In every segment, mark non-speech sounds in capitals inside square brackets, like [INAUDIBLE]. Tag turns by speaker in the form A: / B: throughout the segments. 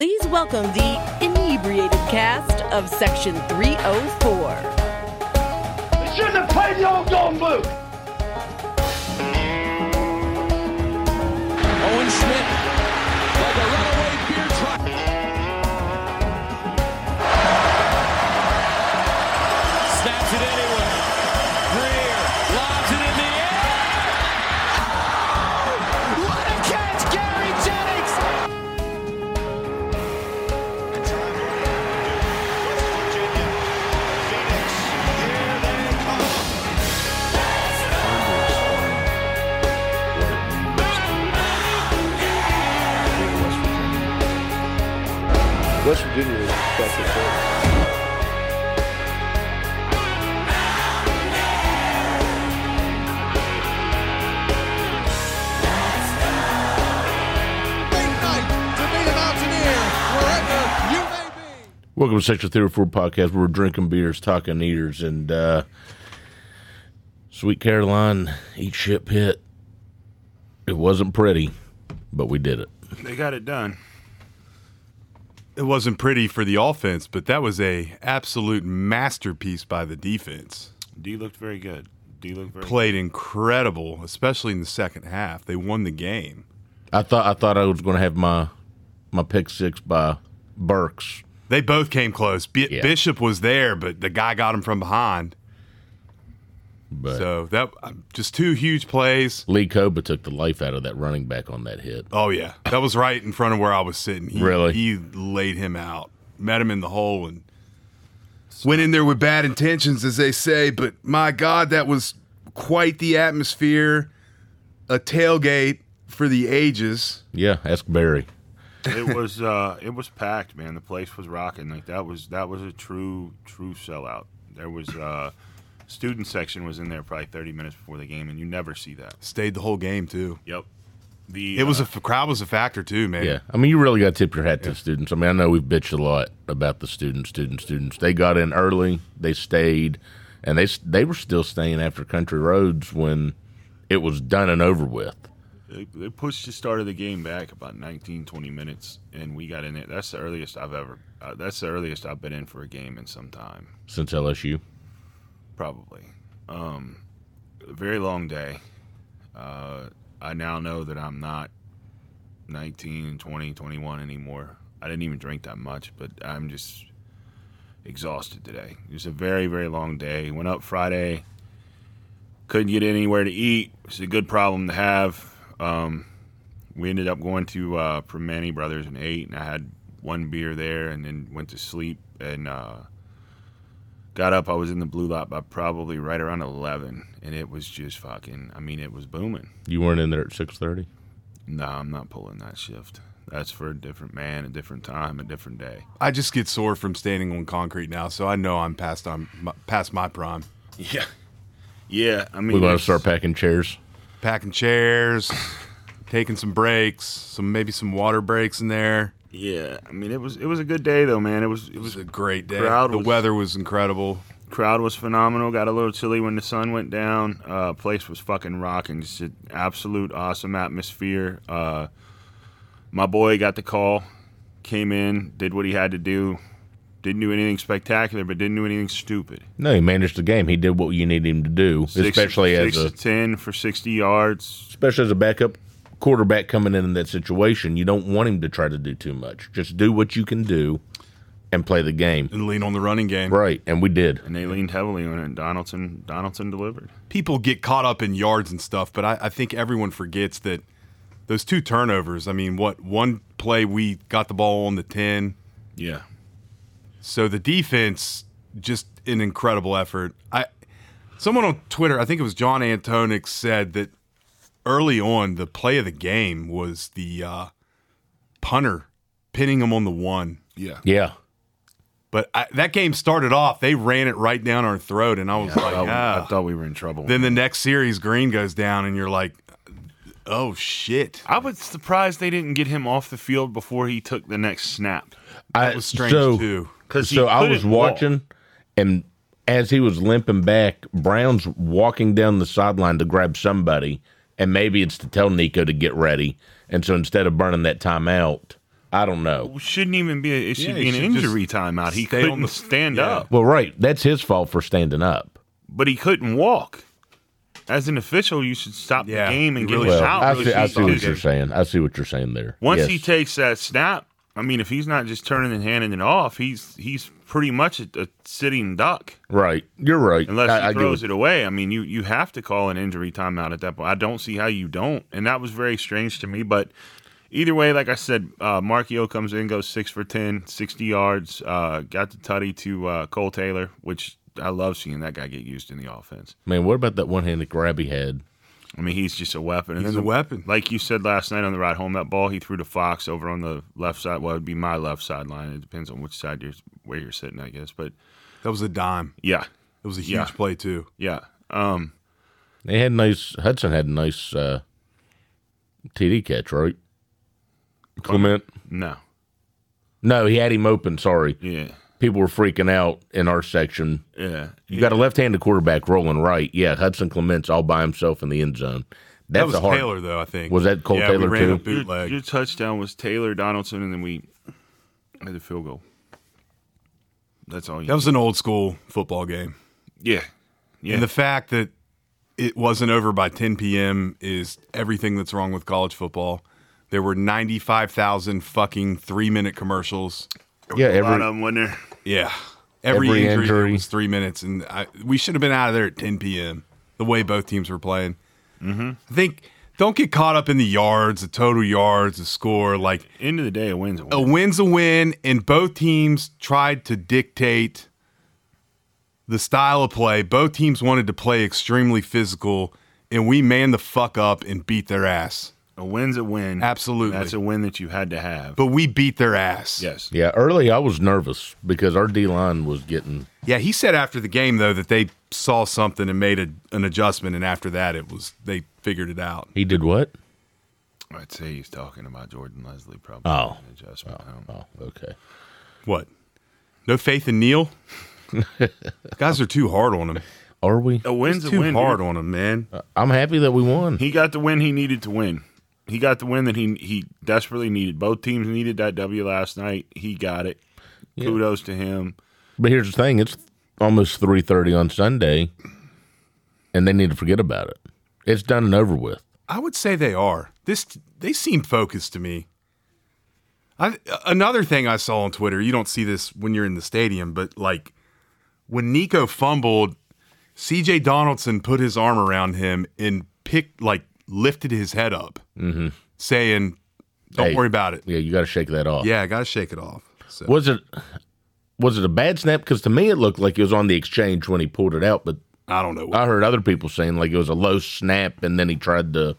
A: Please welcome the inebriated cast of Section 304.
B: You shouldn't have played the old golden boot.
C: Owen Schmidt, like a runaway beer truck. Snaps it anyway. Greer lobs it in the air. Oh, what a catch, Gary Jennings!
D: West Virginia was special. too.
E: big night to be a Mountaineer wherever you may be.
F: Welcome to Section 304 Podcast. Where we're drinking beers, talking eaters, and uh, Sweet Caroline, eat shit pit. It wasn't pretty, but we did it.
G: They got it done. It wasn't pretty for the offense, but that was a absolute masterpiece by the defense.
H: D looked very good. D looked very
G: Played incredible, especially in the second half. They won the game.
F: I thought I thought I was going to have my my pick six by Burks.
G: They both came close. B-
F: Yeah.
G: Bishop was there, but the guy got him from behind.
F: But
G: So that um, just two huge plays.
F: Lee Koba took the life out of that running back on that hit.
G: Oh yeah, that was right in front of where I was sitting. He,
F: Really?
G: he laid him out, met him in the hole, and went in there with bad intentions, as they say. But my God, that was quite the atmosphere, a tailgate for the ages.
F: Yeah, ask Barry.
H: good. It was uh, it was packed, man. The place was rocking. Like that was that was a true true sellout. There was uh, student section was in there probably 30 minutes before the game, and you never see that.
G: Stayed the whole game too.
H: Yep. The
G: It was a
H: uh,
G: f- crowd was a factor too, man.
F: Yeah, I mean, you really got to tip your hat to the students. I mean, I know we've bitched a lot about the students, students, students. They got in early, they stayed, and they s- they were still staying after Country Roads when it was done and over with.
H: they, they pushed the start of the game back about 19 20 minutes, and we got in there. That's the earliest I've ever. Uh, that's the earliest I've been in for a game in some time.
F: Since LSU,
H: probably. Um, a very long day. Uh, I now know that I'm not 19, 20, 21 anymore. I didn't even drink that much, but I'm just exhausted today. It was a very, very long day. Went up Friday, couldn't get anywhere to eat. It's a good problem to have. Um, we ended up going to uh, Primani Brothers and ate, and I had one beer there, and then went to sleep and. Uh, got up i was in the blue lot by probably right around 11 and it was just fucking i mean it was booming
F: you weren't in there at six thirty.
H: no i'm not pulling that shift that's for a different man a different time a different day
G: I just get sore from standing on concrete now, so I know I'm past on my, past my prime.
H: yeah yeah i mean
F: We're going to
H: it's-
F: start packing chairs.
G: Packing chairs, taking some breaks, some maybe some water breaks in there.
H: yeah i mean it was it was a good day though man it was it
G: It was
H: was
G: a great day.
H: Crowd
G: the
H: was-
G: weather was incredible.
H: crowd was phenomenal got a little chilly when the sun went down uh place was fucking rocking just an absolute awesome atmosphere uh my boy got the call came in did what he had to do didn't do anything spectacular but didn't do anything stupid
F: No, he managed the game. He did what you needed him to do,
H: Six-
F: especially
H: six
F: as a
H: to ten for sixty yards.
F: especially as a backup quarterback coming in in that situation. You don't want him to try to do too much. Just do what you can do and play the game.
G: and lean on the running game.
F: Right, and we did.
H: And they leaned heavily on it. And Donaldson, Donaldson delivered.
G: People get caught up in yards and stuff, but I, I think everyone forgets that those two turnovers. I mean, what one play we got the ball on the ten,
H: Yeah,
G: so the defense just an incredible effort. I someone on Twitter, I think it was John Antonick, said that early on the play of the game was the uh, punter pinning him on the one.
H: yeah.
F: Yeah.
G: But I, that game started off, they ran it right down our throat, and I was
H: I,
G: like,
H: thought,
G: ah.
H: I thought we were in trouble.
G: Then the next series, Green goes down, and you're like, oh shit.
H: I was surprised they didn't get him off the field before he took the next snap.
F: I
G: That was strange
F: so,
G: too.
H: 'Cause he
F: so I was
H: couldn't walk.
F: watching, and as he was limping back, Brown's walking down the sideline to grab somebody, and maybe it's to tell Nico to get ready. And so instead of burning that timeout, I don't know.
H: Well, shouldn't even be. A, it should
G: Yeah,
H: be
G: he
H: an
G: should just
H: injury timeout. He
G: stay on
H: couldn't
G: the-
H: stand
G: yeah.
H: up,
F: Well, right, that's his fault for standing up.
H: but he couldn't walk. As an official, you should stop
G: Yeah,
H: the game and
G: you
H: get
G: really
H: him
G: should.
H: out.
F: I
H: really
F: see, I
H: should
F: see
H: stop
F: what you're
H: the game.
F: saying. I see what you're saying there.
H: Once
F: Yes.
H: he takes that snap, I mean, if he's not just turning and handing it off, he's he's pretty much a, a sitting duck.
F: right, you're right.
H: Unless
F: I-
H: he
F: I get
H: throws
F: what-
H: it away, I mean, you you have to call an injury timeout at that point. I don't see how you don't, and that was very strange to me. But either way, like I said, uh, Markio comes in, goes six for 10, 60 yards, uh, got the tutty to uh, Cole Taylor, which I love seeing that guy get used in the offense.
F: Man, what about that one-handed grab he had?
H: I mean, he's just a weapon. And
G: He's
H: then
G: a
H: the-
G: weapon.
H: Like you said last night on the ride home, that ball he threw to Fox over on the left side. Well, it'd be my left sideline. It depends on which side you're where you're sitting, I guess. But
G: That was a dime.
H: yeah,
G: It was a huge
H: Yeah.
G: play too.
H: yeah. Um,
F: They had nice. Hudson had a nice uh, TD catch, right? Clement.
H: no,
F: No, he had him open. Sorry,
H: yeah,
F: people were freaking out in our section.
H: yeah.
F: You got a left-handed quarterback rolling right. Yeah, Hudson Clement's all by himself in the end zone. That's
G: that was
F: a hard.
G: Taylor though. I think
F: Was that Cole
G: yeah, we
F: Taylor,
G: ran
F: too?
G: a bootleg.
H: Your, your touchdown was Taylor Donaldson, and then we had the field goal. That's all you.
G: that was an old school football game.
H: yeah, yeah.
G: And the fact that it wasn't over by 10 p.m. is everything that's wrong with college football. There were 95,000 fucking three minute commercials.
H: a
F: Yeah,
H: lot
F: every
H: of them went there.
G: Yeah. Every,
F: Every
G: injury,
F: injury.
G: was three minutes. And I, we should have been out of there at 10 p.m. the way both teams were playing. Mm-hmm. I think don't get caught up in the yards, the total yards, the score. Like
H: End of the day, a win's a win.
G: a win's a win, and both teams tried to dictate the style of play. Both teams wanted to play extremely physical, and we manned the fuck up and beat their ass.
H: A win's a win.
G: Absolutely.
H: that's a win that you had to have.
G: But we beat their ass.
H: yes,
F: yeah. Early, I was nervous because our D line was getting.
G: Yeah, he said after the game though that they saw something and made a, an adjustment, and after that it was they figured it out.
F: He did what?
H: I'd say he's talking about Jordan Leslie probably.
F: Oh.
H: An adjustment. I don't-
F: Oh, okay.
G: What? No faith in Neil? Guys are too hard on him.
F: Are we?
H: A win's
G: It's
H: a
G: too
H: win. dude.
G: hard on him, man.
F: I'm happy that we won.
H: He got the win he needed to win. He got the win that he he desperately needed. Both teams needed that W last night. He got it. Kudos to him.
F: But here's the thing: it's almost three thirty on Sunday, and they need to forget about it. It's done and over with.
G: I would say they are. This they seem focused to me. I, another thing I saw on Twitter, you don't see this when you're in the stadium, but like when Nico fumbled, CJ Donaldson put his arm around him and picked like lifted his head up, saying, "Don't
F: Mm-hmm. Hey.
G: worry about it."
F: Yeah, you got to shake that off.
G: Yeah, I gotta shake it off. So
F: Was it was it a bad snap? Because to me, it looked like it was on the exchange when he pulled it out. But
G: I don't know.
F: I heard other people saying like it was a low snap, and then he tried to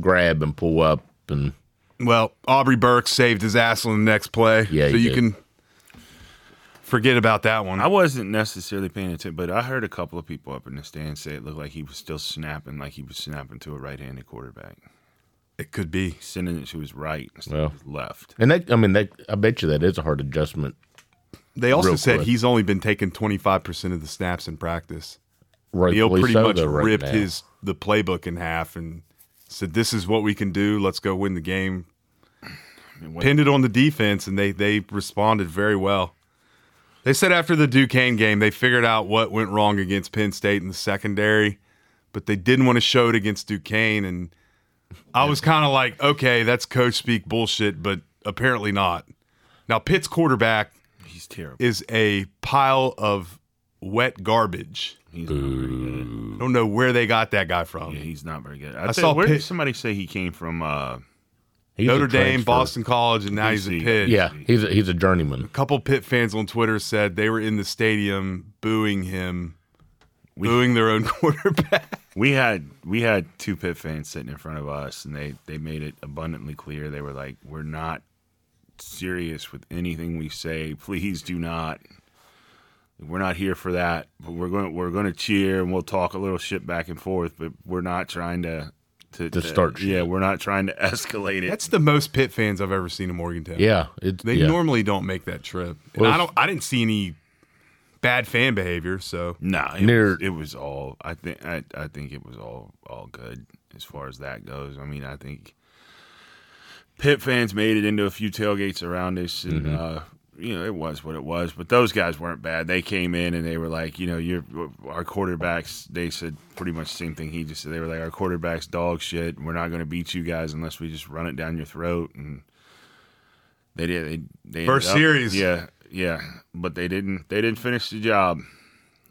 F: grab and pull up, and
G: Well, Aubrey Burke saved his ass on the next play,
F: Yeah,
G: so
F: he
G: you
F: did.
G: can forget about that one.
H: I wasn't necessarily paying attention, but I heard a couple of people up in the stands say it looked like he was still snapping, like he was snapping to a right-handed quarterback,
G: it could be.
H: sending it to his right instead of his left.
F: and that I mean that I bet you that is a hard adjustment.
G: They also
F: Real
G: said
F: quick.
G: he's only been taking 25% of the snaps in practice. Neil
F: Rightfully
G: pretty
F: so,
G: much
F: though, right
G: ripped
F: now.
G: his the playbook in half and said, "This is what we can do. Let's go win the game." Pinned it on the defense, and they they responded very well. They said after the Duquesne game, they figured out what went wrong against Penn State in the secondary, but they didn't want to show it against Duquesne. And I was kind of like, okay, that's coach speak bullshit, but apparently not. Now Pitt's quarterback
H: He's terrible.
G: is a pile of wet garbage.
H: He's not very good.
G: I don't know where they got that guy from.
H: Yeah, he's not very good. I,
G: I
H: saw
G: saw
H: where did
G: Pitt-
H: somebody say he came from? Uh,
F: He's a
G: Notre Dame,
F: transfer.
G: Boston College, and now he's at
H: BC.
G: Pitt.
F: Yeah, he's a, he's a journeyman.
G: A couple Pitt fans on Twitter said they were in the stadium booing him, booing their own [LAUGHS] quarterback.
H: we had we had two Pitt fans sitting in front of us, and they they made it abundantly clear they were like, "We're not serious with anything we say. Please do not. We're not here for that. But we're going we're going to cheer and we'll talk a little shit back and forth, but we're not trying to." To,
F: To start shit.
H: yeah, we're not trying to [LAUGHS] escalate it.
G: That's the most Pitt fans I've ever seen in Morgantown.
F: Yeah, it's
G: They
F: yeah.
G: normally don't make that trip. And
F: Well,
G: I don't I didn't see any bad fan behavior, so
H: No, it,
F: Near-
H: was, it was all. I think. I, I think it was all all good as far as that goes. I mean, I think Pitt fans made it into a few tailgates around us, and uh, you know it was what it was. But those guys weren't bad. They came in and they were like, you know, you're our quarterbacks. They said pretty much the same thing he just said. They were like, our quarterbacks dog shit. We're not going to beat you guys unless we just run it down your throat. And they did. They, they ended
G: First
H: up-
G: series.
H: yeah, yeah. But they didn't. They didn't finish the job.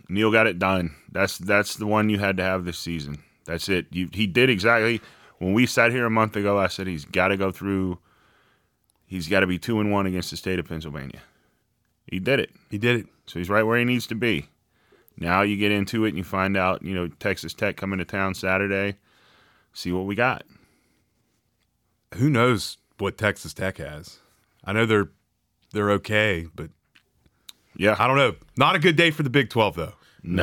H: Neil got it done. That's that's the one you had to have this season. That's it. You, he did exactly when we sat here a month ago. I said he's got to go through. He's got to be two and one against the state of Pennsylvania. He did it,
G: He did it.
H: so he's right where he needs to be. Now you get into it and you find out, you know, Texas Tech coming to town Saturday. See what we got.
G: Who knows what Texas Tech has? I know they're they're okay, but
H: Yeah,
G: I don't know. Not a good day for the Big Twelve though.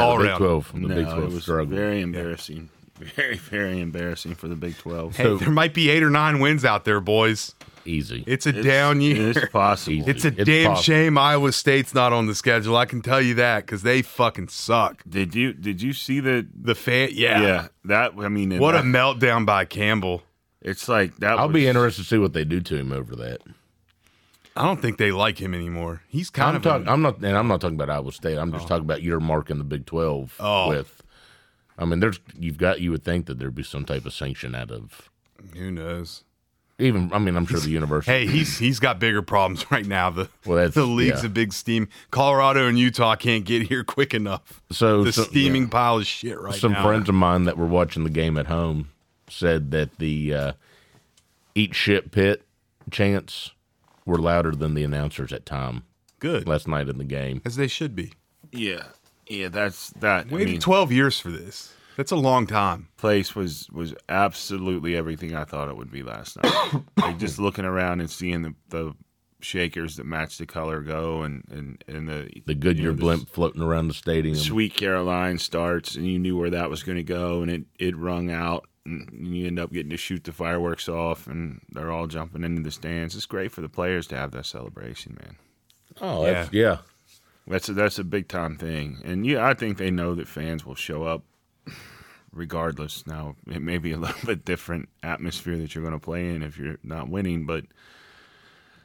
G: All
F: Big
G: around.
F: Twelve, the
H: no,
F: Big
H: it
F: Twelve
H: was
F: struggle.
H: very embarrassing. [LAUGHS] Very, very embarrassing for the Big Twelve.
G: Hey, there might be eight or nine wins out there, boys.
F: Easy.
G: It's a down year.
H: It's possible.
G: [LAUGHS] It's a
F: It's
G: damn
F: possible.
G: shame Iowa State's not on the schedule. I can tell you that because they fucking suck.
H: Did you did you see the
G: The fan, yeah.
H: yeah, that I mean and
G: What a
H: that-
G: meltdown by Campbell.
H: it's like that
F: I'll be
H: was-
F: interested to see what they do to him over that.
G: I don't think they like him anymore. He's kind
F: I'm
G: of
F: talking.
G: a-
F: I'm not, and I'm not talking about Iowa State. I'm just talking about your mark in the Big Twelve.
G: Oh.
F: With, I mean, there's you've got. You would think that there'd be some type of sanction out of
G: who knows.
F: even. I mean, I'm sure the university.
G: [LAUGHS] Hey, he's he's got bigger problems [LAUGHS] right now. The
F: Well, that's-
G: the league's
F: yeah.
G: a big steam. Colorado and Utah can't get here [LAUGHS] quick enough.
F: so
G: The
F: so-
G: steaming
F: yeah.
G: pile of shit right
F: some
G: now.
F: friends of mine that were watching the game at home said that the uh, eat shit pit chants were louder than the announcers at time
G: good
F: last night in the game.
G: as they should be.
H: Yeah, yeah, that's that. I
G: Waited
H: mean,
G: twelve years for this. That's a long time.
H: place was was absolutely everything I thought it would be last night. like just looking around and seeing the, the shakers that match the color go and and and the
F: The Goodyear
H: you know,
F: blimp floating around the stadium.
H: Sweet Caroline starts, and you knew where that was going to go, and it it rung out, and you end up getting to shoot the fireworks off, and they're all jumping into the stands. It's great for the players to have that celebration, man.
F: Oh, that's, yeah.
H: That's a, that's a big time thing, and yeah, I think they know that fans will show up regardless. Now it may be a [LAUGHS] little bit different atmosphere that you're going to play in if you're not winning, but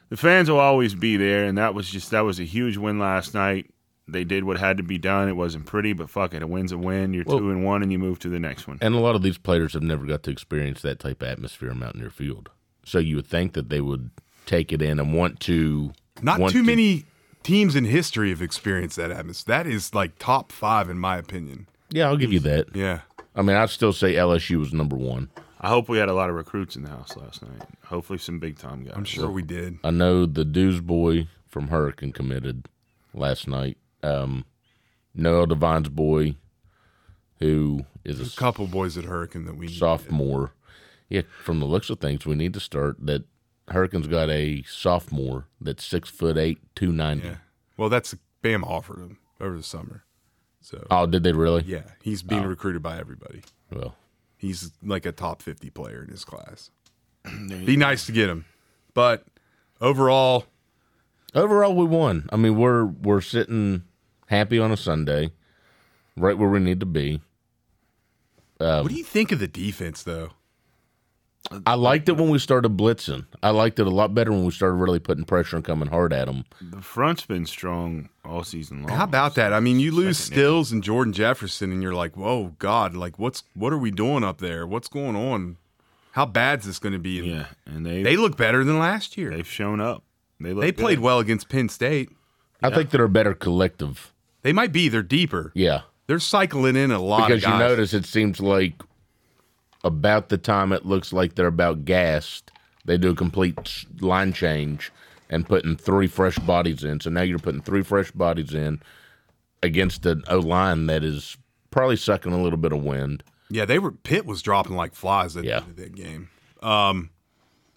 H: the fans will always be there. And that was just that was a huge win last night. They did what had to be done. It wasn't pretty, but fuck it, a win's a win. You're
F: Well-
H: two and one, and you move to the next one.
F: And a lot of these players have never got to experience that type of atmosphere in Mountaineer Field. So you would think that they would take it in and want to.
G: Not
F: want
G: too
F: to-
G: many teams in history have experienced that atmosphere. That is like top five in my opinion.
F: Yeah, I'll give you that.
G: Yeah.
F: I mean, I still say LSU was number one.
H: I hope we had a lot of recruits in the house last night. Hopefully, some big time guys.
G: I'm sure we did.
F: I know the Dew's boy from Hurricane committed last night. Um, Noel Devine's boy, who is a
G: A couple boys at Hurricane that we
F: sophomore. Yeah, from the looks of things, we need to start that. Hurricane's got a sophomore that's six foot eight, two ninety.
G: Yeah. Well, that's Bam offered him over the summer. So
F: Oh, did they really?
G: yeah, he's being recruited by everybody.
F: Well,
G: He's like a top 50 player in his class. Be nice to get him. But overall,
F: overall we won. I mean, we're we're sitting happy on a Sunday, right where we need to be.
H: Um,
G: what do you think of the defense though?
F: I liked it when we started blitzing. I liked it a lot better when we started really putting pressure and coming hard at them.
H: the front's been strong all season
F: Oh,
H: long.
G: How about that? I mean, you lose
H: Second
G: Stills and Jordan Jefferson and you're like, "Whoa, god, like what's what are we doing up there? What's going on? How bad's this going to be?"
H: Yeah, and they
G: They
H: they
G: look better than last year.
H: have shown up. They look
G: They
H: good.
G: played well against Penn State.
F: I think they're a better collective.
G: They might be. They're deeper.
F: Yeah.
G: They're cycling in a lot.
F: because
G: of
F: you
G: guys.
F: notice it seems like about the time it looks like they're about gassed, they do a complete s- line change and putting three fresh bodies in. So now you're putting three fresh bodies in against an O line that is probably sucking a little bit of wind.
G: Yeah, they were. Pitt was dropping like flies at
F: Yeah.
G: the end of that game. Um,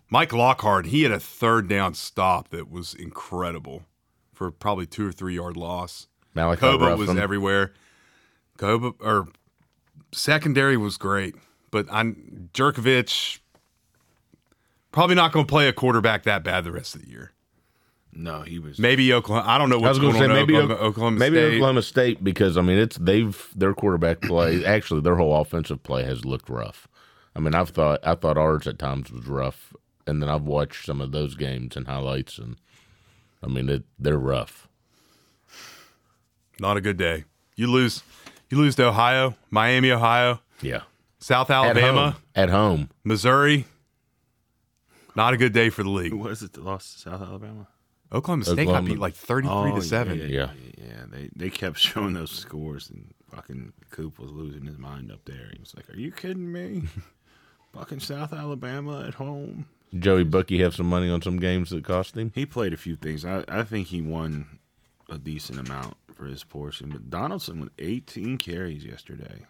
G: Mike Lockhart, he had a third down stop that was incredible for probably two or three yard loss.
F: Malachi
G: Koba was
F: Ruffin.
G: everywhere. Koba or secondary was great, but I Jerkovich probably not going to play a quarterback that bad the rest of the year.
H: No, he [LAUGHS] was.
G: Maybe Oklahoma. I don't know
F: I was
G: what's
F: going
G: going
F: to say
G: on. in
F: maybe
G: Oklahoma,
F: Oklahoma,
G: Oklahoma
F: maybe
G: State.
F: Oklahoma State because I mean it's they've their quarterback play actually their whole offensive play has looked rough. I mean I've thought I thought ours at times was rough and then I've watched some of those games and highlights, and I mean it, they're rough.
G: Not a good day. You lose. You lose to Ohio, Miami, Ohio,
F: Yeah,
G: South
F: at
G: Alabama,
F: home, at home.
G: Missouri. Not a good day for the league.
H: What is it? that Lost to South Alabama. Oh,
G: Oklahoma State
F: Oklahoma- Oh,
G: got beat like thirty-three to seven.
H: Yeah, yeah, yeah, yeah. They they kept [LAUGHS] showing those scores, and fucking Coop was losing his mind up there. He was like, "Are you kidding [LAUGHS] me? fucking South Alabama at home."
F: Joey Bucky have some money on some games that cost him.
H: He played a few things. I, I think he won a decent amount for his portion. But Donaldson with 18 carries yesterday.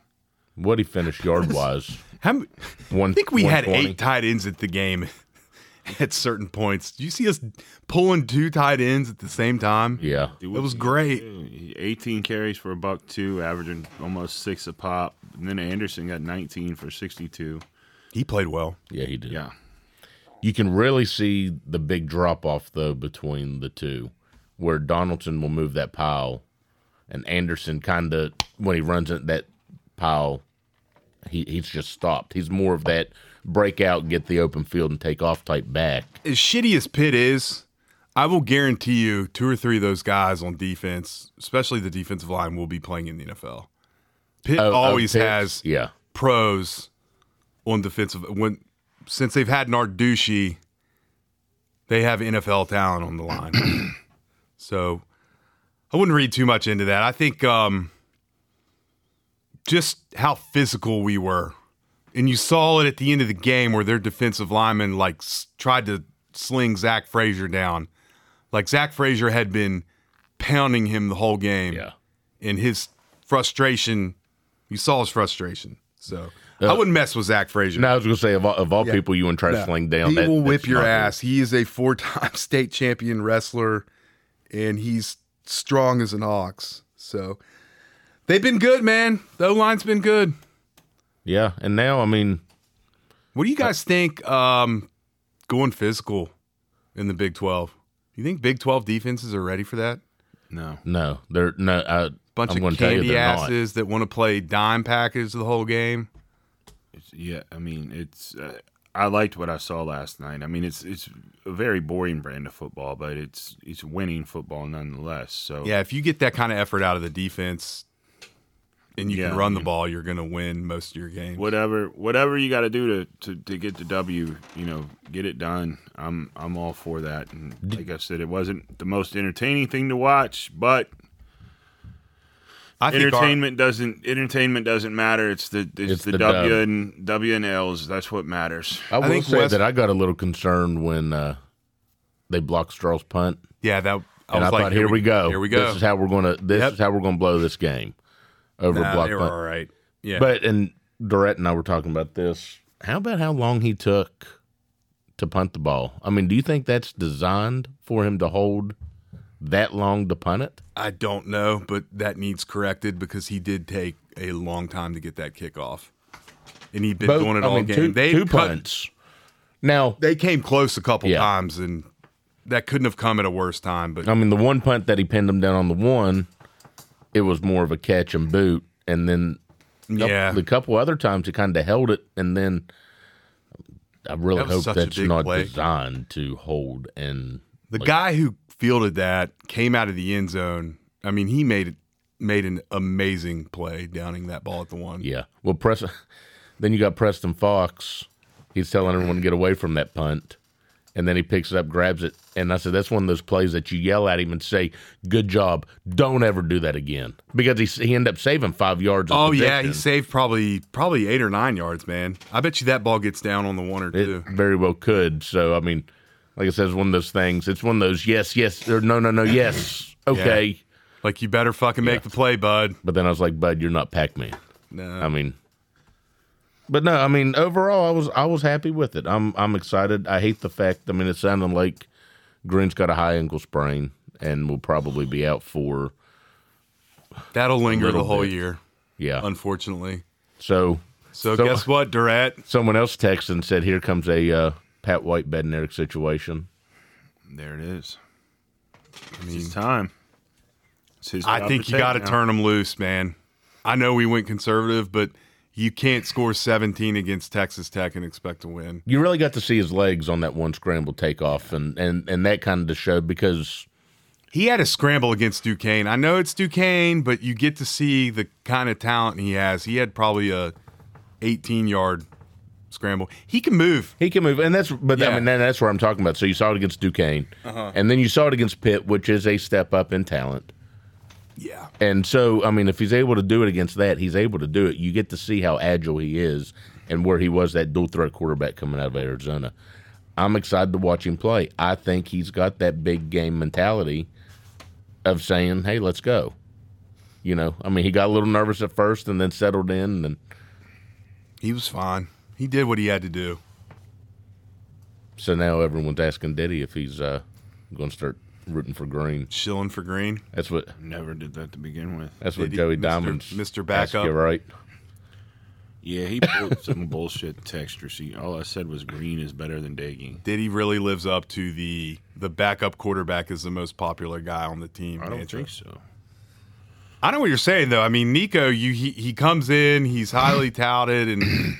F: What he finished yard wise?
G: How m-
F: One.
G: [LAUGHS] I think we had
F: 120.
G: eight tight ends at the game [LAUGHS] at certain points. Do you see us pulling two tight ends at the same time?
F: Yeah,
G: It was great.
H: He- 18 carries for a buck two, averaging almost six a pop. And then Anderson got 19 for 62.
G: He played well.
F: yeah, he did.
H: Yeah,
F: you can really see the big drop off though between the two, where Donaldson will move that pile, and Anderson kind of when he runs it that pile, he he's just stopped. He's more of that breakout, get the open field and take off type back.
G: As shitty as Pitt is, I will guarantee you two or three of those guys on defense, especially the defensive line, will be playing in the NFL. Pitt
F: Oh, oh,
G: always
F: Pitts,
G: has
F: yeah
G: pros on defensive when since they've had Narducci, they have NFL talent on the line. [CLEARS THROAT] so I wouldn't read too much into that. I think um, just how physical we were, and you saw it at the end of the game where their defensive lineman like s- tried to sling Zach Frazier down. Like Zach Frazier had been pounding him the whole game
F: yeah.
G: and his frustration. You saw his frustration. So I wouldn't mess with Zach Frazier.
F: Now I was gonna say of all, of all people you want Uh, to try to sling down,
G: he
F: that,
G: will
F: that's
G: whip your
F: not-
G: ass. He is a four-time [LAUGHS] state champion wrestler, and he's strong as an ox. So they've been good, man. The O line's been good.
F: Yeah, and now I mean,
G: What do you guys think? Um, going physical in the Big Twelve. You think Big Twelve defenses are ready for that?
H: no.
F: no, they're no. I,
G: Bunch
F: I'm gonna
G: of
F: tell you
G: candy
F: they're not.
G: asses that want to play dime package the whole game.
H: It's- yeah, I mean, it's. Uh, I liked what I saw last night. I mean, it's it's a very boring brand of football, but it's it's winning football nonetheless. So
G: Yeah, if you get that kind of effort out of the defense and you
H: Yeah,
G: can run the
H: yeah.
G: ball, you're going to win most of your games.
H: whatever whatever you got to do to, to to get the W, you know, get it done. I'm I'm all for that. And like I said, it wasn't the most entertaining thing to watch, but
G: I think our-
H: entertainment doesn't entertainment doesn't matter. It's the it's,
F: It's
H: the,
F: the
H: W
F: dub.
H: and W and L's. That's what matters.
F: I will
G: think
F: say
G: West-
F: that I got a little concerned when uh, they blocked Straw's punt,
G: yeah, that I
F: and
G: was
F: I
G: like,
F: thought, "Here we go.
G: Here we go."
F: This is how we're gonna. This
G: Yep.
F: is how we're gonna blow this game over a
G: Nah,
F: blocked
G: they were
F: punt."
G: all right. Yeah,
F: But and Durrett and I were talking about this. How about how long he took to punt the ball? I mean, do you think that's designed for him to hold that long to punt it?
G: I don't know, but that needs corrected because he did take a long time to get that kickoff, and he'd been
F: Both-
G: doing it
F: I
G: all
F: mean,
G: game.
F: two,
G: they
F: two
G: cut-
F: punts. Now,
G: They came close a couple
F: Yeah.
G: times, and that couldn't have come at a worse time. But
F: I mean, the one punt that he pinned him down on the one, it was more of a catch and boot, and then couple-
G: yeah,
F: the couple other times he kind of held it, and then I really
G: That was
F: hope
G: such a
F: that's
G: big
F: not
G: play.
F: designed to hold. And
G: The guy who fielded that came out of the end zone. I mean, he made made an amazing play downing that ball at the one.
F: yeah, well, press. [LAUGHS] Then you got Preston Fox. He's telling everyone to get away from that punt, and then he picks it up, grabs it, and I said that's one of those plays that you yell at him and say, "Good job! Don't ever do that again," because he s- he ended up saving five yards. of
G: Oh yeah,
F: possession.
G: he saved probably probably eight or nine yards, man. I bet you that ball gets down on the one or two.
F: It very well could. So I mean, like I said, it's one of those things. It's one of those yes, yes, or no, no, no, yes, okay.
G: like you better fucking make the play, bud.
F: But then I was like, Bud, you're not Pac Man.
G: No.
F: I mean, but no, I mean, overall, I was I was happy with it. I'm I'm excited. I hate the fact. I mean, it sounded like Green's got a high ankle sprain and will probably be out for
G: That'll linger the
F: little
G: whole
F: bit.
G: year,
F: yeah.
G: unfortunately.
F: so
G: So,
F: So-
G: guess what, Durant?
F: someone else texted and said, "Here comes a uh, Pat White Bednarik situation."
H: There it is. it's his time. It's his
G: I
H: job
G: think
H: to
G: you
H: take
G: got to
H: now.
G: turn him loose, man. I know we went conservative, but you can't score 17 against Texas Tech and expect to win.
F: You really got to see his legs on that one scramble takeoff, and and and that kind of showed because
G: He had a scramble against Duquesne. I know it's Duquesne, but you get to see the kind of talent he has. He had probably a 18 yard scramble. He can move.
F: He can move, and that's but I
G: Yeah.
F: mean and that's where I'm talking about. So you saw it against Duquesne, and then you saw it against Pitt, which is a step up in talent.
G: Yeah.
F: And so, I mean, if he's able to do it against that, he's able to do it. You get to see how agile he is and where he was that dual threat quarterback coming out of Arizona. I'm excited to watch him play. I think he's got that big game mentality of saying, "Hey, let's go." You know, I mean, he got a little nervous at first and then settled in and
G: He was fine. He did what he had to do.
F: So now everyone's asking Diddy if he's uh, going to start rooting for Green.
G: Shilling for green.
F: That's what
H: Never did that to begin with.
F: that's what
G: Diddy,
F: Joey
G: Mr.
F: Diamond's
G: Mr.
F: asking
G: Backup.
F: you, right?
H: Yeah, he pulled some [LAUGHS] bullshit texture sheet. All I said was green is better than Daggy.
G: Did he really lives up to the the backup quarterback is the most popular guy on the team.
H: I don't
G: mantra?
H: think so.
G: I know what you're saying though. I mean, Nico, you he, he comes in,
H: [CLEARS THROAT]
G: he's highly touted, and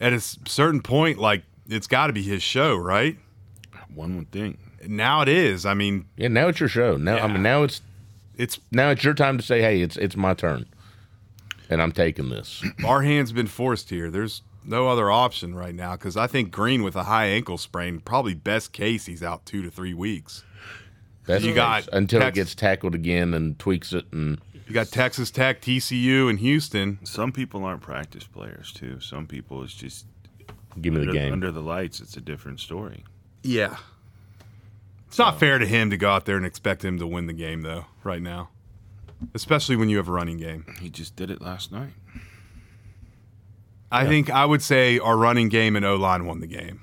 G: at a s- certain point, like it's got to be his show, right?
H: One would think.
G: Now it is. I mean,
F: Yeah. Now it's your show. Now I mean, now it's
G: it's
F: now it's your time to say, "Hey, it's it's my turn, and I'm
H: [CLEARS THROAT]
F: taking this."
G: our hand's been forced here. There's no other option right now because I think Green with a high ankle sprain, probably best case, he's out two to three weeks.
F: That's
G: You
F: what
G: got
F: it is, until
G: Tex-
F: it gets tackled again and tweaks it, and
G: You got Texas Tech, TCU, and Houston.
H: Some people aren't practice players too. Some people it's just
F: give me the
H: under,
F: game.
H: under the lights. It's a different story.
G: Yeah. It's not fair to him to go out there and expect him to win the game though, right now. Especially when you have a running game.
H: He just did it last night.
G: I think I would say our running game and O line won the game,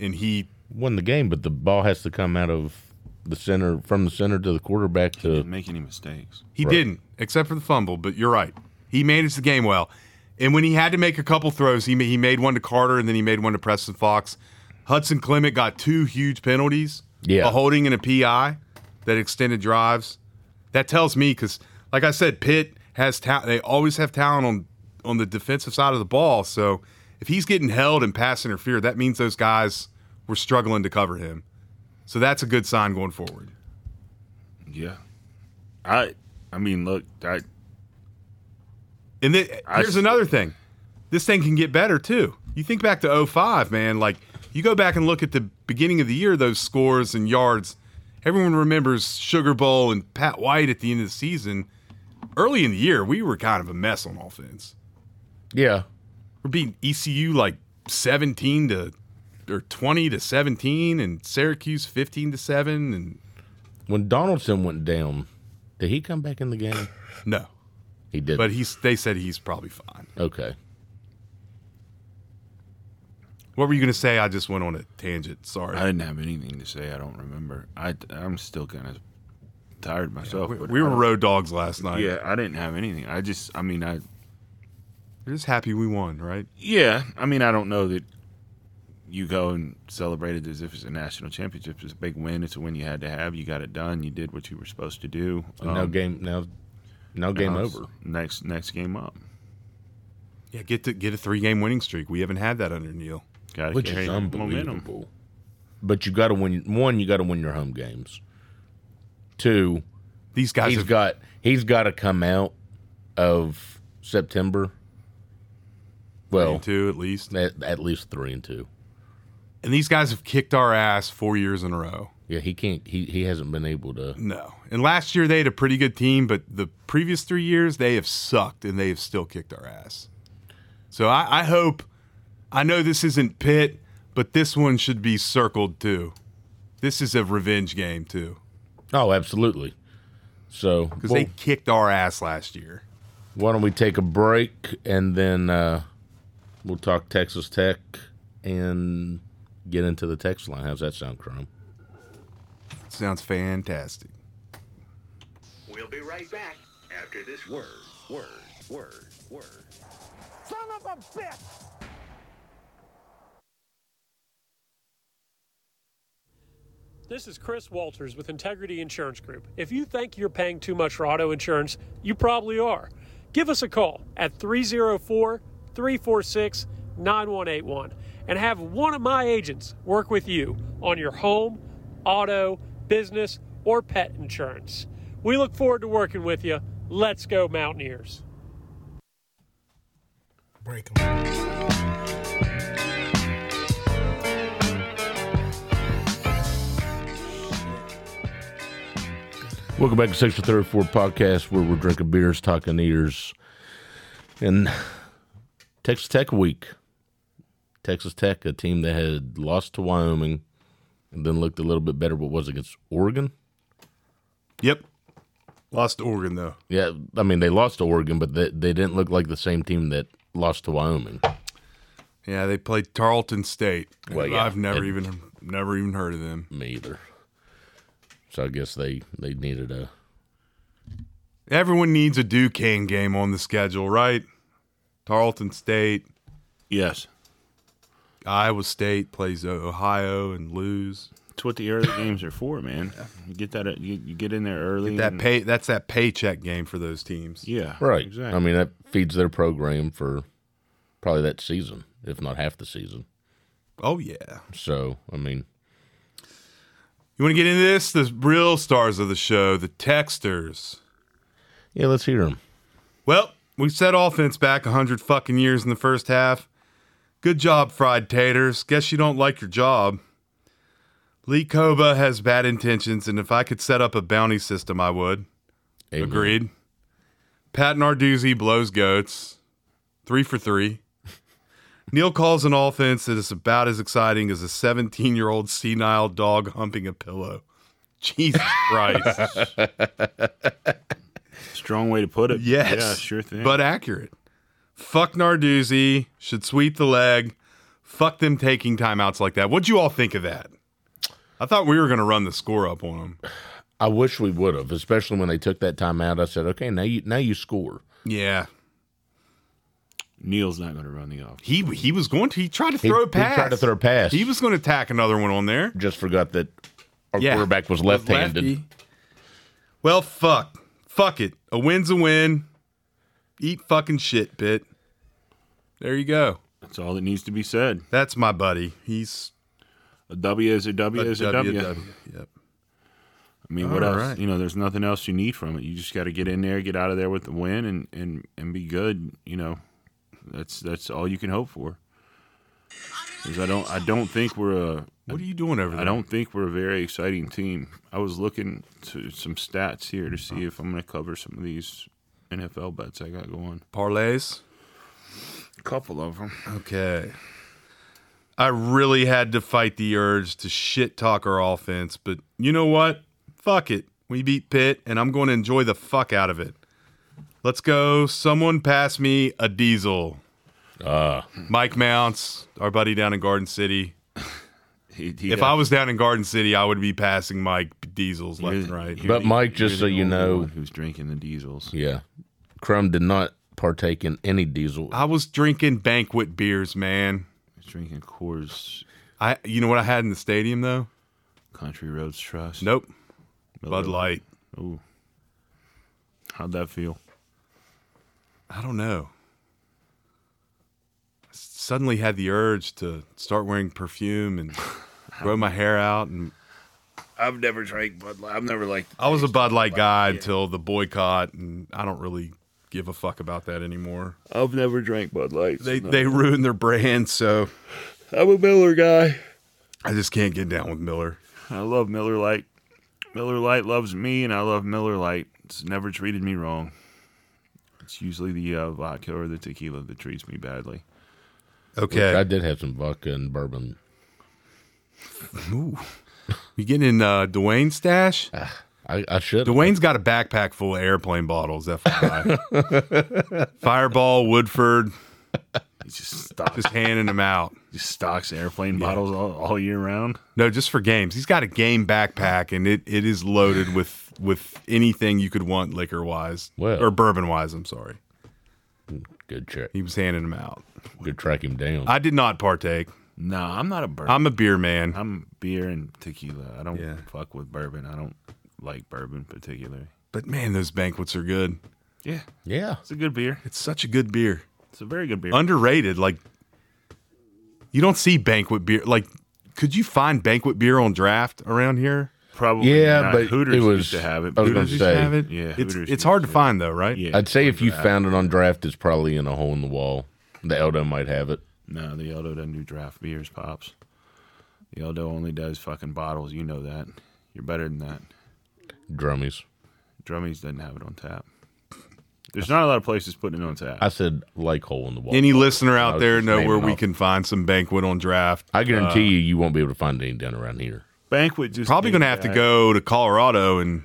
G: and he
F: Won the game, but the ball has to come out of the center from the center to the quarterback to
H: Didn't make any mistakes.
G: he
F: Right.
G: didn't except for the fumble. But you're right, he managed the game well, and when he had to make a couple throws, he ma- he made one to Carter and then he made one to Preston Fox. Hudson Clement got two huge penalties,
F: Yeah.
G: a holding and a PI that extended drives. That tells me because, like I said, Pitt has talent. They always have talent on on the defensive side of the ball. So if he's getting held and pass interfered, that means those guys were struggling to cover him. So that's a good sign going forward.
H: Yeah. I I mean look, I
G: And then,
H: I
G: here's
H: see.
G: another thing. This thing can get better too. You think back to 05, man, like you go back and look at the beginning of the year those scores and yards. Everyone remembers Sugar Bowl and Pat White at the end of the season. Early in the year, we were kind of a mess on offense.
F: yeah.
G: We're beating ECU like 17 to or 20 to 17 and Syracuse 15 to 7 and
F: When Donaldson went down, did he come back in the game?
G: no.
F: He did.
G: But he's they said he's probably fine.
F: okay.
G: What were you going to say? I just went on a tangent. Sorry.
H: I didn't have anything to say. I don't remember. I I'm still kind of tired myself.
G: we,
H: but
G: we
H: I
G: were
H: don't-
G: road dogs last night.
H: Yeah, I didn't have anything. I just I mean I
G: You're just happy we won, right?
H: Yeah, I mean, I don't know that you go and celebrate it as if it's a national championship. It's a big win. It's a win you had to have. You got it done. You did what you were supposed to do.
F: No
H: Um,
F: game. Now, no game
H: now it's
F: over.
H: Next, next game up.
G: Yeah, get to get a three game winning streak. We haven't had that under Neil.
H: Got to
F: which
H: carry
F: is
H: that momentum.
F: unbelievable. But you got to win. One, you got to win your home games. Two,
G: These guys
F: he's
G: have
F: got he's got to come out of September. Well,
G: two at least,
F: at, at least three and two.
G: and these guys have kicked our ass four years in a row.
F: Yeah, he can't. He he hasn't been able to.
G: No, and last year they had a pretty good team, but the previous three years they have sucked, and they have still kicked our ass. So I, I hope, I know this isn't Pitt, but this one should be circled too. This is a revenge game too,
F: Oh, absolutely. So
G: because
F: well,
G: they kicked our ass last year.
F: why don't we take a break and then uh, we'll talk Texas Tech and get into the text line. How's that sound, Chrome?
G: Sounds fantastic.
I: We'll be right back after this word, word, word, word.
J: This is Chris Walters with Integrity Insurance Group. If you think you're paying too much for auto insurance, you probably are. Give us a call at 304 346 9181 and have one of my agents work with you on your home, auto, business, or pet insurance. We look forward to working with you. Let's go, Mountaineers.
K: Break 'em.
F: Welcome back to Section 34 Podcast, where we're drinking beers, talking ears, and Texas Tech week. Texas Tech, a team that had lost to Wyoming and then looked a little bit better, but was against Oregon?
G: Yep. Lost to Oregon, though.
F: Yeah, I mean, they lost to Oregon, but they, they didn't look like the same team that lost to Wyoming.
G: Yeah, they played Tarleton State.
F: Well, yeah.
G: I've never
F: It-
G: even never even heard of them.
F: Me either. So I guess they, they needed a.
G: Everyone needs a Duquesne game on the schedule, right? Tarleton State,
H: Yes.
G: Iowa State plays Ohio and lose.
H: It's what the early games are for, man. You get that. uh, You, you get in there early.
G: That
F: Mm.
H: and-
G: pay that's that paycheck game for those teams.
H: Yeah.
F: Right.
H: Exactly.
F: I mean, that feeds their program for probably that season, if not half the season.
G: Oh yeah.
F: So, I mean,
G: You want to get into this? The real stars of the show, the texters.
F: yeah, let's hear them.
G: Well, we set offense back 100 fucking years in the first half. Good job, fried taters. Guess you don't like your job. Lee Koba has bad intentions, and if I could set up a bounty system, I would.
F: Amen.
G: Agreed. Pat Narduzzi blows goats. Three for three. Neil calls an offense that is about as exciting as a 17 year old senile dog humping a pillow. Jesus Christ.
H: Strong way to put it.
G: Yes.
H: Yeah. Sure thing.
G: But accurate. Fuck Narduzzi. Should sweep the leg. Fuck them taking timeouts like that. What'd you all think of that? I thought we were going to run the score up on them.
F: I wish we would have, especially when they took that time out. I said, okay, now you now you score.
G: Yeah.
H: Neil's not going to run the offense.
G: He he was going to. He tried to
F: He-
G: throw a
F: he
G: pass.
F: tried to throw a pass.
G: He was going to tack another one on there.
F: Just forgot that our
G: Yeah.
F: quarterback was left-handed.
G: Lefty. Well, fuck. Fuck it. A win's a win. Eat fucking shit, bit. There you go.
H: That's all that needs to be said.
G: That's my buddy. He's
H: A W is a W
G: a
H: is a W. I
G: WW. Yep.
H: mean, what
G: All
H: else?
G: right.
H: You know, there's nothing else you need from it. You just got to get in there, get out of there with the win, and and and be good. You know, that's that's all you can hope for. 'Cause I don't I don't think we're a
G: What are you doing over there?
H: I don't think we're a very exciting team. I was looking to some stats here to see if I'm going to cover some of these NFL bets I got going.
G: parlays.
H: A couple of them.
G: Okay. I really had to fight the urge to shit talk our offense, but you know what? Fuck it. We beat Pitt, and I'm going to enjoy the fuck out of it. Let's go. Someone pass me a diesel. Mike Mounts, our buddy down in Garden City.
H: He, he
G: if I was down in Garden City, I would be passing Mike diesels left and right.
F: But Mike, just so you know-
H: who's drinking the diesels?
F: Yeah. Crum did not partake in any diesel.
G: I was drinking banquet beers, man.
H: He's drinking Coors
G: I, you know what I had in the stadium though?
H: Country Roads Trust.
G: Nope,
H: Miller
G: Bud Light.
H: Ooh. How'd that feel?
G: I don't know. I suddenly had the urge to start wearing
H: [LAUGHS]
G: perfume and grow my hair out, and
H: I've never drank Bud Light. I've never liked.
G: I was a Bud Light guy until the boycott, and I don't really give a fuck about that anymore.
H: I've never drank Bud Light.
G: They they ruined their brand, so
H: I'm a Miller guy.
G: I just can't get down with Miller.
H: I love Miller Lite. Miller Lite loves me, and I love Miller Lite. It's never treated me wrong. It's usually the uh, vodka or the tequila that treats me badly.
G: Okay,
F: I did have some vodka and bourbon.
G: you getting in uh, Dwayne's stash?
H: Ah.
F: I, I should.
G: Dwayne's got a backpack full of airplane bottles. FYI,
H: [LAUGHS]
G: Fireball, Woodford,
H: He just stocks,
G: just handing them out.
H: just stocks airplane bottles all, all year round.
G: No, just for games. He's got a game backpack, and it, it is loaded with with anything you could want liquor wise
F: Well.
G: or bourbon wise. I'm sorry,
F: Good check.
G: he was handing them out.
F: Good track him down.
G: I did not partake.
H: No, I'm not a bourbon.
G: I'm a beer man.
H: I'm beer and tequila. I don't
G: Yeah.
H: fuck with bourbon. I don't like bourbon particularly.
G: but man, those banquets are good.
H: Yeah,
F: yeah.
H: it's a good beer.
G: It's such a good beer.
H: It's a very good beer.
G: Underrated. Like you don't see banquet beer. Like could you find banquet beer on draft around here?
H: Probably
F: Yeah,
H: not.
F: but
H: Hooters
F: it was-
H: used to have it.
F: I was
H: but-
F: gonna
G: Hooters used
F: say-
G: to have it.
H: Yeah,
G: it's,
H: Hooters
G: it's
H: used
G: hard
H: to
G: to find though, right?
H: Yeah.
F: I'd say if you found it on draft, it's probably in a hole in the wall. The Eldo might have it.
H: No, the Eldo doesn't do draft beers, pops. The Eldo only does fucking bottles. You know that. You're better than that.
F: Drummies.
H: Drummies doesn't have it on tap. There's not a lot of places putting it on tap.
F: I said like hole in the wall.
G: Any listener out
F: was
G: there
F: just
G: know where
F: naming
G: we
F: off.
G: can find some banquet on draft?
F: I guarantee you, you won't be able to find any down around here.
H: Banquet just
G: Probably
H: needs
G: going to have to
H: that.
G: go to Colorado and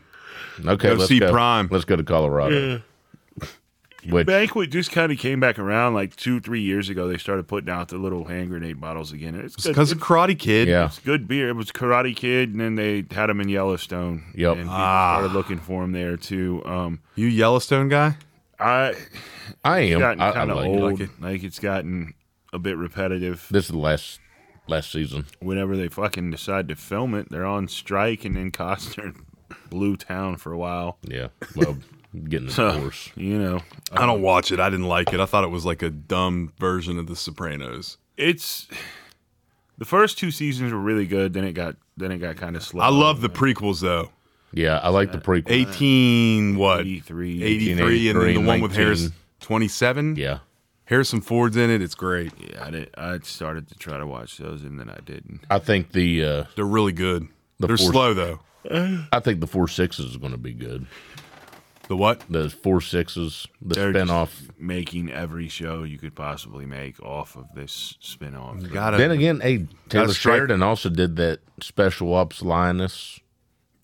F: Okay,
G: Go
F: let's
G: see
F: go.
G: Prime.
F: Let's go to Colorado. [LAUGHS] Which
H: Banquet just kind of came back around like two, three years ago. They started putting out the little hand grenade bottles again. and It's good,
G: because of Karate Kid.
F: yeah,
H: it's good beer. It was Karate Kid, and then they had them in Yellowstone.
F: Yep.
H: and people started looking for them there too. Um,
G: You Yellowstone guy?
H: I
F: I am.
H: gotten
F: I, I
H: kind of
F: like it.
H: old.
G: like it.
H: Like it's gotten a bit repetitive.
F: This is the last last season.
H: Whenever they fucking decide to film it, they're on strike, and then Costner blew town for a while.
F: Yeah. Well, [LAUGHS] getting the
H: So,
F: divorce.
H: [LAUGHS] you know,
G: I don't watch it. I didn't like it. I thought it was like a dumb version of The Sopranos.
H: it's the first two seasons were really good. Then it got then it got kind of slow.
G: I love the prequels though.
F: Yeah, I like the prequel.
G: 18 what?
H: 83.
G: 83 and then the one with
F: 19.
G: Harris 27.
F: Yeah.
G: Harrison Ford's in it. It's great.
H: Yeah, I did. I started to try to watch those, and then I didn't.
F: I think the uh
G: They're really good.
F: The
G: They're
F: fourth-
G: slow though.
F: I think the four sixes is going to be good.
G: The what?
F: The four sixes, the
H: They're just
F: spinoff.
H: making every show you could possibly make off of this spinoff.
G: Gotta
F: Then again, hey, Taylor
G: strike-
F: Sheridan also did that special ops lioness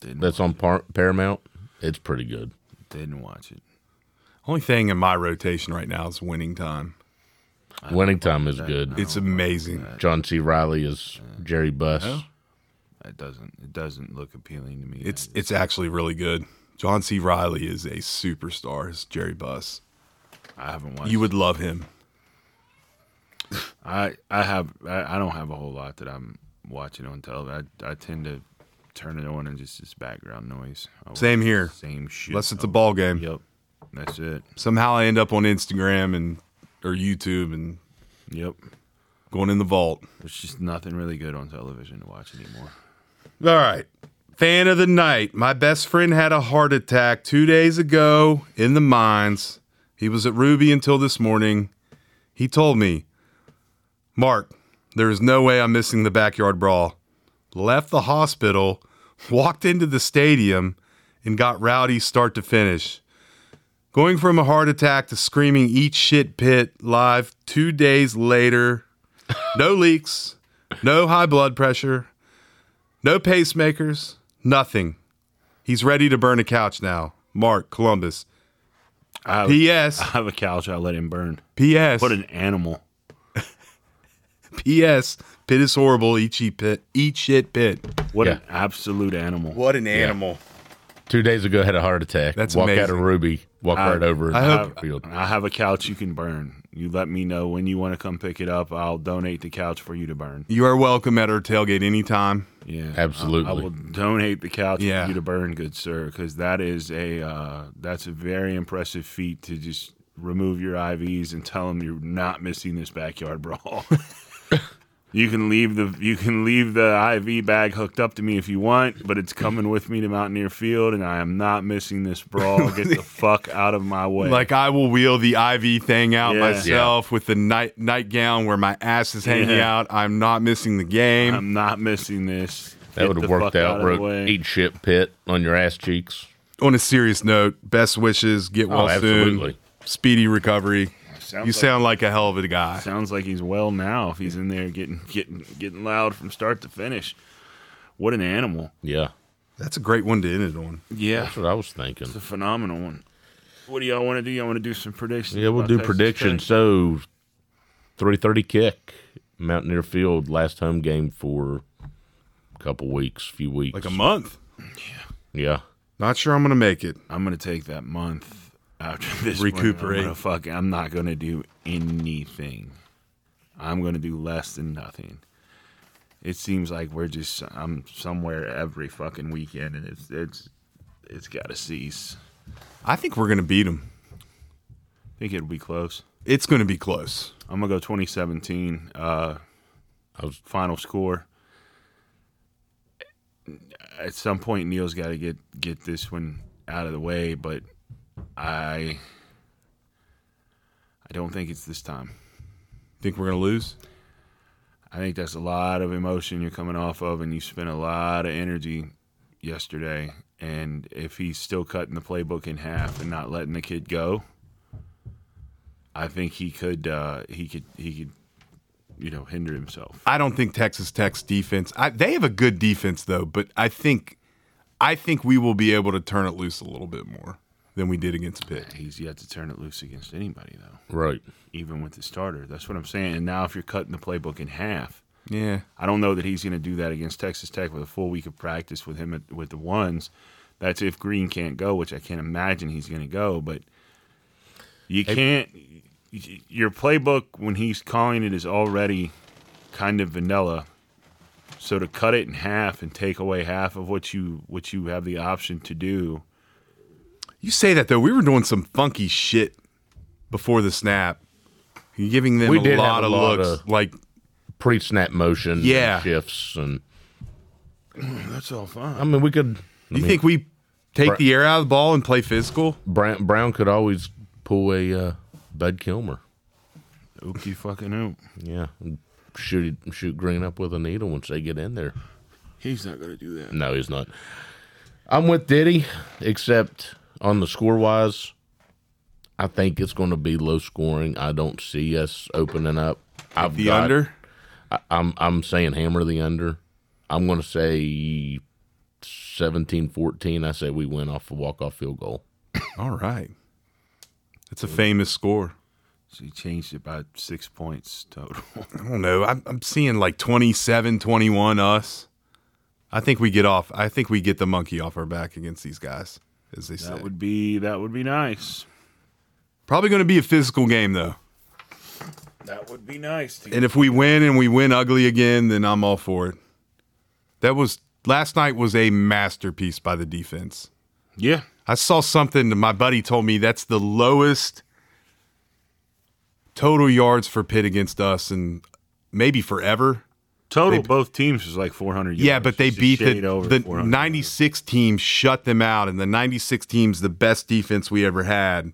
H: Didn't
F: that's on par- Paramount. It's pretty good.
H: didn't watch it.
G: only thing in my rotation right now is Winning Time.
F: Winning Time is good.
G: It's amazing.
F: John C. Riley is Jerry Buss.
H: It doesn't. It doesn't look appealing to me.
G: It's it's actually really good. John C. Riley is a superstar. As Jerry Buss,
H: I haven't watched.
G: you would love him.
H: I I have. I, I don't have a whole lot that I'm watching on television. I, I tend to turn it on and just it's background noise. I watch
G: Same
H: the
G: here.
H: Same shit.
G: Unless it's a
H: over-
G: ball game.
H: Yep. That's it.
G: Somehow I end up on Instagram and or YouTube and
H: Yep.
G: going in the vault.
H: There's just nothing really good on television to watch anymore. [LAUGHS]
G: All right. Fan of the night. My best friend had a heart attack two days ago in the mines. He was at Ruby until this morning. He told me, Mark, there is no way I'm missing the backyard brawl. Left the hospital, [LAUGHS] walked into the stadium, and got rowdy start to finish. Going from a heart attack to screaming, eat shit pit live two days later. No [LAUGHS] leaks, no high blood pressure. No pacemakers, nothing. He's ready to burn a couch now. Mark Columbus.
H: I,
G: P.S.
H: I have a couch. I let him burn.
G: P.S.
H: What an animal.
G: P.S. Pit is horrible. Eat shit pit. Eat shit pit.
H: What
F: Yeah.
H: an absolute animal.
G: What an animal.
F: Two days ago, had a heart attack.
G: That's
F: walk out
G: amazing.
F: of Ruby, walk right over
G: I
F: into
G: hope-
F: the field.
H: I have a couch you can burn. You let me know when you want to come pick it up. I'll donate the couch for you to burn.
G: You are welcome at our tailgate anytime.
H: Yeah, I-
F: Absolutely.
H: I, will donate the couch
G: Yeah.
H: for you to burn, good sir, because that is a uh, that's a very impressive feat to just remove your IVs and tell them you're not missing this backyard [LAUGHS]
F: [LAUGHS]
H: brawl. you can leave the you can leave the IV bag hooked up to me if you want, but it's coming with me to Mountaineer Field, and I am not missing this brawl. Get
F: [LAUGHS]
H: the fuck out of my way.
G: Like I will wheel the IV thing out
H: Yeah.
G: myself with the night nightgown where my ass is hanging
H: Yeah.
G: out. I'm not missing the game.
H: I'm not missing this.
F: That would have worked out.
H: right.
F: Wrote, eat shit pit on your ass cheeks.
G: On a serious note, best wishes. Get well soon.
F: absolutely.
G: Speedy recovery.
H: Oh, Sounds
G: you
H: like-
G: sound like a hell of a guy.
H: Sounds like he's well now. If he's in there getting getting getting loud from start to finish, what an animal!
F: Yeah,
G: That's a great one to end it on.
H: Yeah,
F: that's what I was thinking.
H: it's a phenomenal one. What do y'all want to do? Y'all want to do some predictions?
F: Yeah, we'll
H: about
F: do
H: Texas
F: predictions.
H: Tech?
F: So, three thirty kick, Mountaineer Field, last home game for a couple weeks, few weeks,
G: Like a month.
F: Yeah,
G: Not sure I'm gonna make it.
H: I'm gonna take that month after [LAUGHS] this.
G: Recuperate.
H: One, I'm, gonna fuck, I'm not gonna do anything. I'm gonna do less than nothing. It seems like we're just I'm somewhere every fucking weekend, and it's it's it's got to cease.
G: I think we're gonna beat him.
H: think it'll be close.
G: It's going to be close.
H: I'm gonna go 2017. Uh, I was final score. At some point, Neil's got to get get this one out of the way, but I I don't think it's this time.
G: Think we're going to lose?
H: I think that's a lot of emotion you're coming off of, and you spent a lot of energy yesterday. And if he's still cutting the playbook in half and not letting the kid go, I think he could uh, he could he could you know hinder himself.
G: I don't think Texas Tech's defense. I, they have a good defense though, but I think I think we will be able to turn it loose a little bit more than we did against Pitt.
H: He's yet to turn it loose against anybody though,
F: Right.
H: even with the starter. That's what I'm saying. And now if you're cutting the playbook in half,
G: Yeah.
H: I don't know that he's going to do that against Texas Tech with a full week of practice with him at, with the ones. That's if Green can't go, which I can't imagine he's going to go. But you can't. y- Your playbook when he's calling it is already kind of vanilla. So to cut it in half and take away half of what you what you have the option to do,
G: You say that though. We were doing some funky shit before the snap. You're giving them
F: We
G: a
F: did have
G: lot
F: a
G: of
F: lot
G: looks.
F: of-
G: like
F: Pre snap motion and
G: Yeah.
F: shifts and
H: that's all fine.
F: I mean we could I
G: you
F: mean,
G: think we take
F: Right.
G: the air out of the ball and play physical?
F: Brown Brown could always pull a uh, Bud Kilmer.
H: Oop, you fucking oop.
F: Yeah. and Shoot shoot Green up with a needle once they get in there.
H: He's not going to do that.
F: No, he's not. I'm with Diddy, except on the score wise, I think it's going to be low scoring. I don't see us opening up. I've
G: The
F: got-
G: under.
F: I, I'm I'm saying hammer the under. I'm going to say 17-14. I say we win off a walk off field goal.
G: All right. That's a famous score.
H: So he changed it by six points total.
G: I don't know. I'm, I'm seeing like 27, 21 us. I think we get off. I think we get the monkey off our back against these guys, as they say.
H: that would be that would be nice.
G: Probably going to be a physical game though.
H: That would be nice. To
G: And if we win and we win ugly again, then I'm all for it. That was last night was a masterpiece by the defense.
H: yeah,
G: I saw something that my buddy told me that's the lowest total yards for Pitt against us and maybe forever.
H: total both teams was like 400. Yards.
G: Yeah, but they
H: Just a
G: beat the,
H: shade over
G: the
H: 400 yards.
G: 96 team shut them out and the 96 team's the best defense we ever had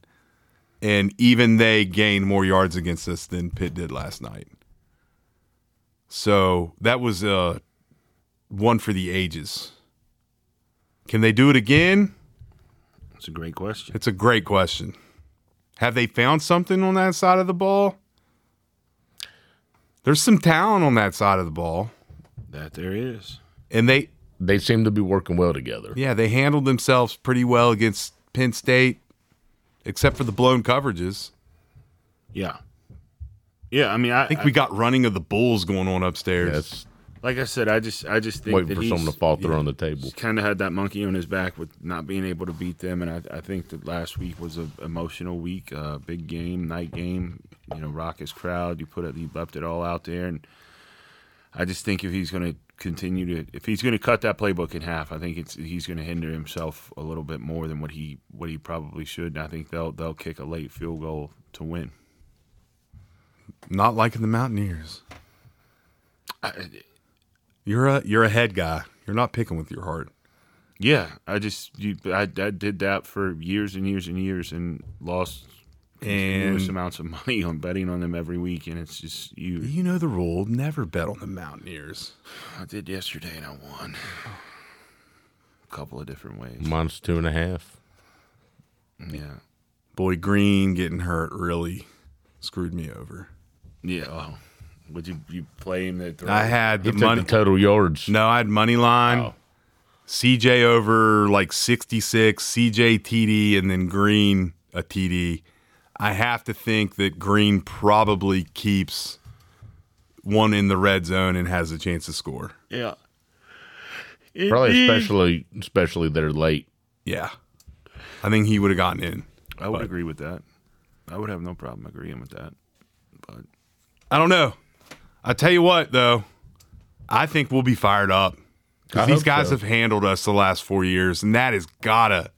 G: and even they gained more yards against us than Pitt did last night. So, that was uh one for the ages. Can they do it again?
H: It's a great question.
G: It's a great question. Have they found something on that side of the ball? There's some talent on that side of the ball.
H: That there is.
G: And they
F: They seem to be working well together.
G: Yeah, they handled themselves pretty well against Penn State, except for the blown coverages.
H: Yeah, yeah. I mean, I,
G: I think we got running of the Bulls going on upstairs.
F: That's
H: like I said, I just I just think
F: waiting
H: that
F: for
H: he's-
F: something to fall through on the table.
H: He's kind of had that monkey on his back with not being able to beat them, and I, I think that last week was an emotional week, uh, big game, night game. You know, raucous crowd. You put it, you left it all out there, and I just think if he's going to continue to, if he's going to cut that playbook in half, I think it's he's going to hinder himself a little bit more than what he what he probably should. And I think they'll they'll kick a late field goal to win.
G: Not liking the Mountaineers.
H: I,
G: You're a you're a head guy. You're not picking with your heart.
H: yeah, I just you, I, I did that for years and years and years, and lost
G: And
H: endless amounts of money on betting on them every week, and it's just you.
G: you know the rule: never bet on the Mountaineers.
H: I did yesterday, and I won a couple of different ways.
F: Minus two and a half.
H: Yeah,
G: Boy, Green getting hurt really screwed me over.
H: yeah. Oh, would you you play him that? throw?
G: I had
F: He
G: the
F: took
G: money.
F: the total yards.
G: no, I had money line.
F: Oh.
G: CJ over like 66, CJ TD, and then Green a TD. I have to think that Green probably keeps one in the red zone and has a chance to score.
H: yeah.
F: Probably
H: Indeed.
F: especially especially they're late.
G: Yeah. I think he would have gotten in.
H: I would agree with that. I would have no problem agreeing with that. But
G: I don't know. I tell you what, though, I think we'll be fired up
F: I
G: because these
F: hope
G: guys
F: so.
G: have handled us the last four years, and that has gotta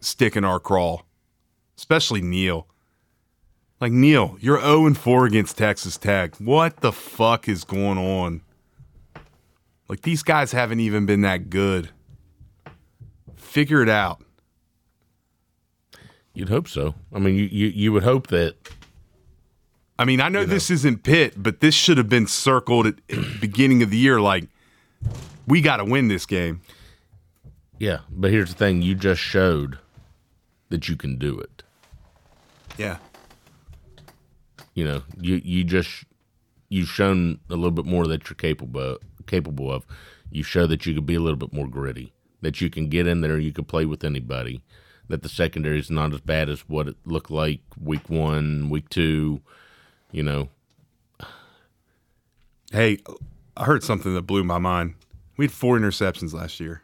G: stick in our crawl, especially Neil. Like Neil, you're 0 and 4 against Texas Tech. What the fuck is going on? Like these guys haven't even been that good. Figure it out.
F: You'd hope so. I mean, you you, you would hope that
G: I mean, I know this isn't Pitt, but this should have been circled at, at the beginning of the year. Like, we got to win this game.
F: yeah. But here's the thing: you just showed that you can do it.
G: Yeah.
F: You know, you you just you've shown a little bit more that you're capable capable of. You show that you could be a little bit more gritty. That you can get in there, you can play with anybody. That the secondary is not as bad as what it looked like week one, week two. You know,
G: Hey, I heard something that blew my mind. We had four interceptions last year,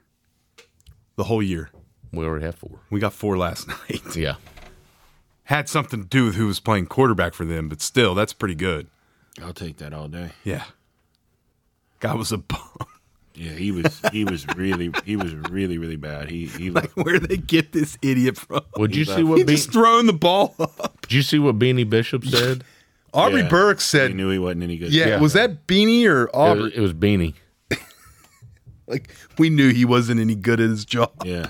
G: the whole year.
F: we already have four.
G: We got four last [LAUGHS] night.
F: Yeah.
G: Had something to do with who was playing quarterback for them, but still, that's pretty good.
H: I'll take that all day.
G: Yeah. Guy was a bum. [LAUGHS]
H: Yeah, he was he was really he was really really bad. He he
G: [LAUGHS] Like, where they get this idiot from?
F: Would you see
G: He
F: what Be-
G: just throwing the ball up.
F: Did you see what Beanie Bishop said?
G: Aubrey
H: Yeah.
G: Burke
H: he
G: said,
H: knew he wasn't any good.
G: yeah, was that Beanie or
F: it,
G: [LAUGHS] Aubrey?
F: was, it was Beanie.
G: Like we knew he wasn't any good at his job.
H: yeah.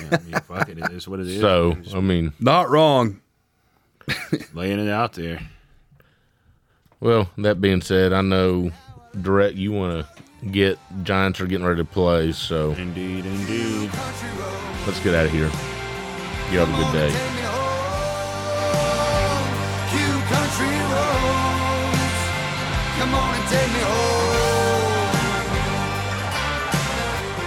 H: yeah I mean, fuck it, it is what it is.
F: So
H: man. Just
F: I mean,
G: Not wrong.
H: laying it out there.
F: well, that being said, I know direct you want to get Giants are getting ready to play, so
H: Indeed, indeed.
F: let's get out of here. You have a good day.
E: Cue country roads. Come on and take me home.